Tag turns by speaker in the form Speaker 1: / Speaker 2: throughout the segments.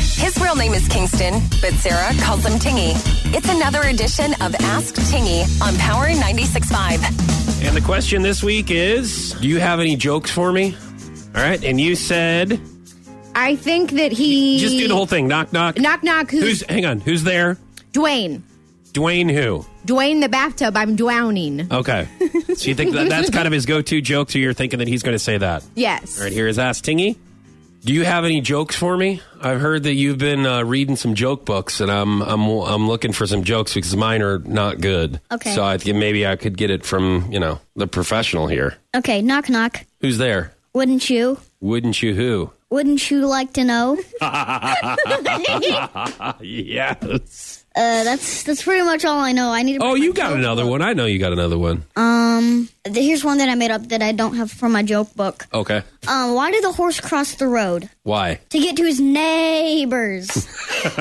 Speaker 1: His real name is Kingston, but Sarah calls him Tingy. It's another edition of Ask Tingy on Power 96.5.
Speaker 2: And the question this week is Do you have any jokes for me? All right. And you said,
Speaker 3: I think that he
Speaker 2: just do the whole thing. Knock, knock.
Speaker 3: knock knock. Who's,
Speaker 2: Who's, hang on, who's there?
Speaker 3: Dwayne?
Speaker 2: Dwayne who?
Speaker 3: Dwayne the bathtub. I'm drowning.
Speaker 2: Okay. So you think that that's kind of his go to joke, so you're thinking that he's going to say that.
Speaker 3: Yes.
Speaker 2: All right, here is Ask Tingy. Do you have any jokes for me? I've heard that you've been uh, reading some joke books, and I'm I'm I'm looking for some jokes because mine are not good.
Speaker 4: Okay.
Speaker 2: So I think maybe I could get it from you know the professional here.
Speaker 4: Okay, knock knock.
Speaker 2: Who's there?
Speaker 4: Wouldn't you?
Speaker 2: Wouldn't you? Who?
Speaker 4: Wouldn't you like to know?
Speaker 2: Yes.
Speaker 4: Uh, that's that's pretty much all I know. I need. To
Speaker 2: Oh,
Speaker 4: bring
Speaker 2: you
Speaker 4: my
Speaker 2: got
Speaker 4: joke
Speaker 2: another
Speaker 4: book.
Speaker 2: one. I know you got another one.
Speaker 4: Um, th- here's one that I made up that I don't have from my joke book.
Speaker 3: Uh-huh.
Speaker 2: Okay.
Speaker 4: Um, why did the horse cross the road
Speaker 2: Why?
Speaker 4: to get to his neighbors?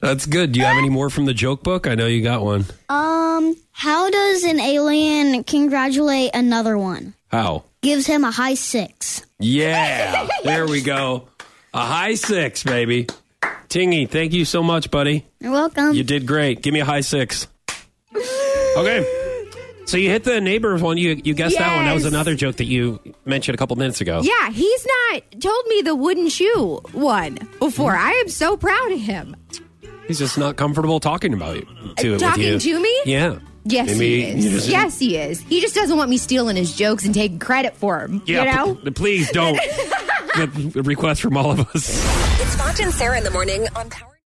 Speaker 2: That's good. Do you have any more from the joke book? I know you got one.
Speaker 4: um, how does an alien congratulate another one?
Speaker 2: How?
Speaker 4: Gives him a high six.
Speaker 2: Yeah. there we go. A high six, baby. Tingy, thank you so much, buddy.
Speaker 4: You're welcome.
Speaker 2: You did great. Give me a high six. Okay. So you hit the neighbor one. You you guessed that one. That was
Speaker 3: Yes.
Speaker 2: another joke that you mentioned a couple minutes ago.
Speaker 3: Yeah, he's not told me the wooden shoe one before.
Speaker 2: Hmm.
Speaker 3: I am so proud of him.
Speaker 2: He's just not comfortable talking about you. To it
Speaker 3: Uh, Talking
Speaker 2: with you.
Speaker 3: to me?
Speaker 2: Yeah.
Speaker 3: Yes,
Speaker 2: Maybe
Speaker 3: he
Speaker 2: you
Speaker 3: is.
Speaker 2: just-
Speaker 3: Yes, he is. He just doesn't want me stealing his jokes and taking credit for him. you know?
Speaker 2: p- please don't. The- the request from all of us.
Speaker 1: It's Fox and Sarah in the morning on Power